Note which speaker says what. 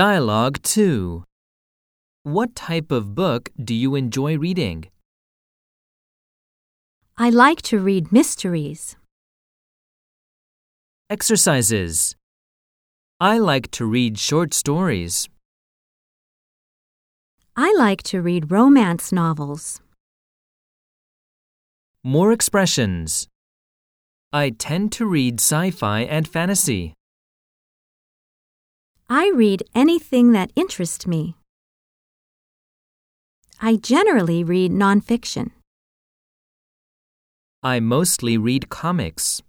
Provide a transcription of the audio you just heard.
Speaker 1: Dialogue 2 What type of book do you enjoy reading?
Speaker 2: I like to read mysteries.
Speaker 1: Exercises I like to read short stories.
Speaker 2: I like to read romance novels.
Speaker 1: More expressions. I tend to read sci fi and fantasy.
Speaker 2: I read anything that interests me. I generally read nonfiction.
Speaker 1: I mostly read comics.